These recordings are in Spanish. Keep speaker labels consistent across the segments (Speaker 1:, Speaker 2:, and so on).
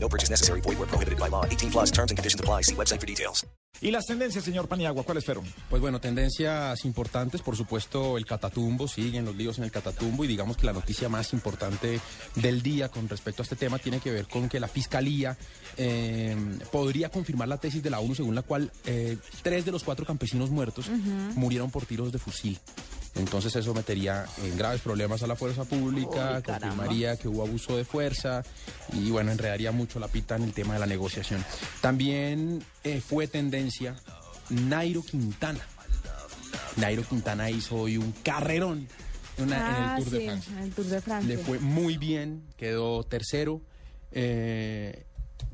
Speaker 1: No purchase necessary. Void where prohibited by law. 18 plus terms and conditions apply. See website for details.
Speaker 2: ¿Y las tendencias, señor Paniagua, cuáles fueron?
Speaker 3: Pues bueno, tendencias importantes, por supuesto, el catatumbo, siguen los líos en el catatumbo y digamos que la noticia más importante del día con respecto a este tema tiene que ver con que la Fiscalía eh, podría confirmar la tesis de la ONU según la cual eh, tres de los cuatro campesinos muertos murieron por tiros de fusil. Entonces eso metería en graves problemas a la fuerza pública, confirmaría que hubo abuso de fuerza y bueno, enredaría mucho la pita en el tema de la negociación. También eh, fue tendencia Nairo Quintana. Nairo Quintana hizo hoy un carrerón en una- en el Tour de Francia.
Speaker 4: en el Tour de Francia.
Speaker 3: Le fue muy bien, quedó tercero. eh,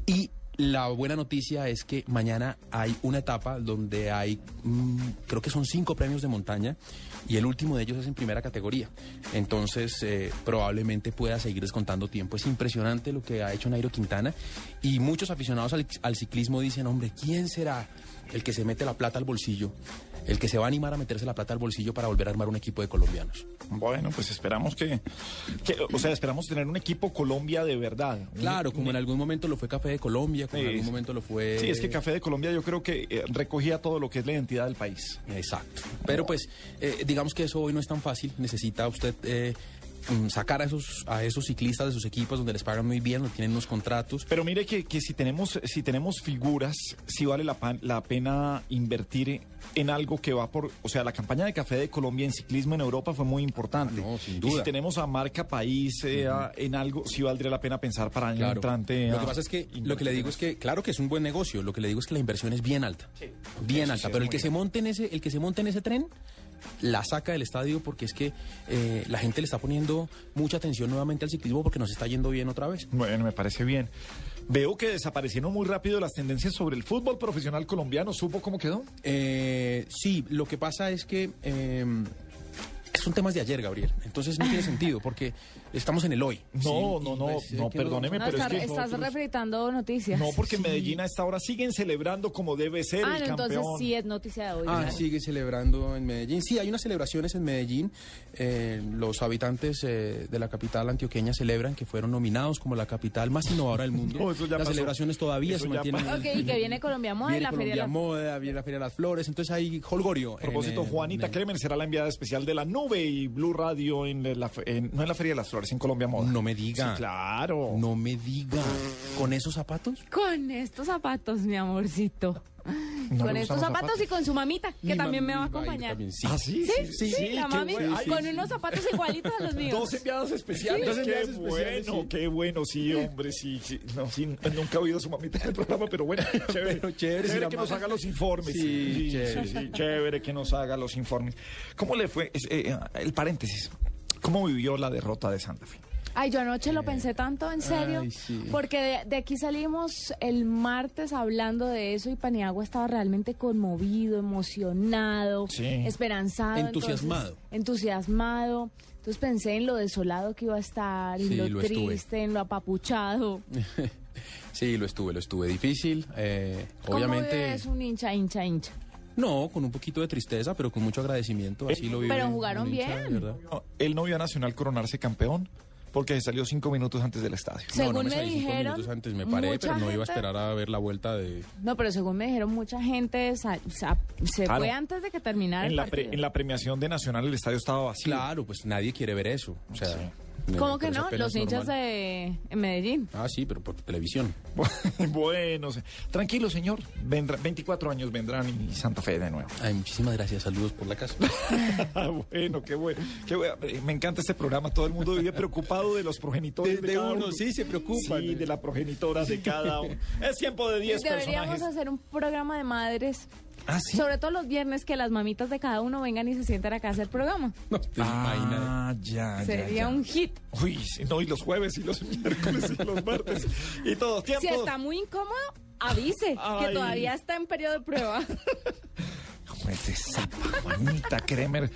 Speaker 3: y la buena noticia es que mañana hay una etapa donde hay, mm, creo que son cinco premios de montaña y el último de ellos es en primera categoría. Entonces eh, probablemente pueda seguir descontando tiempo. Es impresionante lo que ha hecho Nairo Quintana y muchos aficionados al, al ciclismo dicen, hombre, ¿quién será el que se mete la plata al bolsillo? El que se va a animar a meterse la plata al bolsillo para volver a armar un equipo de colombianos.
Speaker 2: Bueno, pues esperamos que, que- O sea, esperamos tener un equipo Colombia de verdad. Un-
Speaker 3: Claro, como en algún momento lo fue Café de Colombia, como en
Speaker 2: Sí.
Speaker 3: algún momento lo fue...
Speaker 2: Sí, es que Café de Colombia yo creo que eh, recogía todo lo que es la identidad del país.
Speaker 3: Exacto. Pero pues, eh, digamos que eso hoy no es tan fácil. Necesita usted eh, mm, sacar a esos, a esos ciclistas de sus equipos donde les pagan muy bien, donde tienen unos contratos.
Speaker 2: Pero mire que, que si, tenemos, si tenemos figuras, sí vale la, pan- la pena invertir en algo que va por... O sea, la campaña de Café de Colombia en ciclismo en Europa fue muy importante.
Speaker 3: Ah, no, sin
Speaker 2: Y si
Speaker 3: duda.
Speaker 2: tenemos a marca país eh, a- en algo, sí valdría la pena pensar para año entrante.
Speaker 3: Lo
Speaker 2: a
Speaker 3: que pasa es que lo que le digo es que, claro que es un buen negocio, lo que le digo es que la inversión es bien alta. Bien
Speaker 2: eso
Speaker 3: alta.
Speaker 2: sí es
Speaker 3: pero
Speaker 2: muy
Speaker 3: el que se
Speaker 2: grande.
Speaker 3: monte en ese, el que se monte en ese tren, la saca del estadio porque es que eh, la gente le está poniendo mucha atención nuevamente al ciclismo porque nos está yendo bien otra vez.
Speaker 2: Bueno, me parece bien. Veo que desaparecieron muy rápido las tendencias sobre el fútbol profesional colombiano. ¿Supo cómo quedó?
Speaker 3: Eh, sí, lo que pasa es que eh, son temas de ayer, Gabriel. Entonces no tiene sentido porque estamos en el hoy.
Speaker 2: No,
Speaker 3: ¿sí?
Speaker 2: no,
Speaker 3: Y,
Speaker 2: no,
Speaker 3: pues, eh,
Speaker 2: no,
Speaker 3: ¿qué nos vamos a
Speaker 2: perdóneme,
Speaker 4: No,
Speaker 2: pero es
Speaker 4: está-
Speaker 2: que
Speaker 4: estás
Speaker 2: nosotros-
Speaker 4: refritando noticias.
Speaker 2: No, porque Medellín a esta hora siguen celebrando como debe ser
Speaker 4: Ah,
Speaker 2: el
Speaker 4: no, entonces
Speaker 2: campeón.
Speaker 4: sí es noticia de hoy.
Speaker 3: Ah,
Speaker 4: claro.
Speaker 3: sigue celebrando en Medellín. Sí, hay unas celebraciones en Medellín. Eh, los habitantes eh, de la capital antioqueña celebran que fueron nominados como la capital más innovadora del mundo.
Speaker 2: No, eso ya
Speaker 3: Las
Speaker 2: pasó.
Speaker 3: celebraciones todavía
Speaker 2: Eso
Speaker 3: se
Speaker 2: ya
Speaker 3: mantienen.
Speaker 2: pasó.
Speaker 4: Ok, y que viene Colombia Moda y
Speaker 3: Viene
Speaker 4: la Feria de
Speaker 3: Colombia
Speaker 4: las-
Speaker 3: Moda, viene la Feria de las Flores. Entonces hay holgorio.
Speaker 2: A propósito, Juanita Kremer será la enviada especial de la nube y Blue Radio en la, fe- en- no en la Feria de las Flores, en Colombia Moda.
Speaker 3: No me diga.
Speaker 2: Sí, claro.
Speaker 3: No me diga. ¿Con esos zapatos?
Speaker 4: Con estos zapatos, mi amorcito.
Speaker 2: No
Speaker 4: con
Speaker 2: le gustan
Speaker 4: estos zapatos,
Speaker 2: los zapatos.
Speaker 4: y con su mamita, que
Speaker 3: Mi
Speaker 4: también me va a
Speaker 3: mami ir
Speaker 4: acompañar.
Speaker 3: también, sí.
Speaker 2: ¿Ah, sí?
Speaker 4: Sí, sí,
Speaker 2: qué
Speaker 4: la mami,
Speaker 2: bueno.
Speaker 4: con unos zapatos igualitos a los míos.
Speaker 2: Dos enviados especiales.
Speaker 3: Dos enviados
Speaker 2: qué
Speaker 3: especiales,
Speaker 2: bueno,
Speaker 3: sí.
Speaker 2: qué bueno, sí, hombre, sí, sí. No, sí, nunca he oído a su mamita en el programa, pero bueno, chévere.
Speaker 3: Pero chévere, sí, la
Speaker 2: que nos
Speaker 3: mamá.
Speaker 2: haga los informes.
Speaker 3: Sí,
Speaker 2: sí,
Speaker 3: chévere.
Speaker 2: sí, sí, chévere que nos haga los informes. ¿Cómo le fue? Es, eh, el paréntesis. ¿Cómo vivió la derrota de Santa Fe?
Speaker 4: Ay, yo anoche lo pensé tanto, en serio,
Speaker 3: Eh. ay, sí.
Speaker 4: porque de, de aquí salimos el martes hablando de eso y Paniagua estaba realmente conmovido, emocionado,
Speaker 2: Sí.
Speaker 4: esperanzado.
Speaker 3: Entusiasmado.
Speaker 4: entonces, entusiasmado. Entonces pensé en lo desolado que iba a estar, en
Speaker 3: Sí,
Speaker 4: lo,
Speaker 3: lo estuve.
Speaker 4: triste, en lo apapuchado.
Speaker 3: Sí, lo estuve, lo estuve difícil. eh, obviamente.
Speaker 4: es un hincha, hincha, hincha.
Speaker 3: No, con un poquito de tristeza, pero con mucho agradecimiento. Así lo vive
Speaker 4: Pero jugaron
Speaker 3: un hincha, de
Speaker 4: bien.
Speaker 3: verdad.
Speaker 2: No, él no vio a Nacional coronarse campeón porque se salió cinco minutos antes del estadio.
Speaker 3: No,
Speaker 4: Según
Speaker 3: no me,
Speaker 4: me
Speaker 3: salí cinco
Speaker 4: dijeron,
Speaker 3: minutos antes, me paré,
Speaker 4: mucha
Speaker 3: pero no iba a
Speaker 4: gente-
Speaker 3: esperar a ver la vuelta de.
Speaker 4: No, pero según me dijeron, mucha gente sa- sa- se
Speaker 2: Ah,
Speaker 4: fue
Speaker 2: no.
Speaker 4: antes de que terminara
Speaker 2: En
Speaker 4: el
Speaker 2: la, pre-
Speaker 4: partido.
Speaker 2: en la premiación de Nacional el estadio estaba vacío.
Speaker 3: Claro, pues nadie quiere ver eso. O sea, eh,
Speaker 4: ¿Cómo que
Speaker 3: pero eso
Speaker 4: no?
Speaker 3: apenas
Speaker 4: Los hinchas
Speaker 3: normal.
Speaker 4: de en Medellín.
Speaker 3: Ah, sí, pero por televisión.
Speaker 2: bueno, se- tranquilo, señor. Vendrá, 24 años vendrán y Santa Fe de nuevo.
Speaker 3: Ay, muchísimas gracias. Saludos por la casa.
Speaker 2: Ah, bueno, qué bueno, qué bueno. Eh, Me encanta este programa. Todo el mundo vive preocupado de los progenitores.
Speaker 3: De- de
Speaker 2: cada
Speaker 3: uno, sí, se preocupan.
Speaker 2: Sí, de la progenitora de cada uno. Es tiempo de 10
Speaker 4: Deberíamos
Speaker 2: personajes.
Speaker 4: hacer un programa de madres.
Speaker 2: Ah, sí.
Speaker 4: Sobre todo los viernes que las mamitas de cada uno vengan y se sientan acá a hacer programa.
Speaker 3: No te imaginas.
Speaker 2: Ah, ya, ya,
Speaker 4: Sería
Speaker 2: ya.
Speaker 4: un hit.
Speaker 2: Uy, sí, no, y los jueves y los miércoles y los martes. Y todo tiempo.
Speaker 4: Si está muy incómodo, avise que
Speaker 2: Ay.
Speaker 4: todavía está en periodo de prueba.
Speaker 2: Juez de zapa, Juanita Kremer.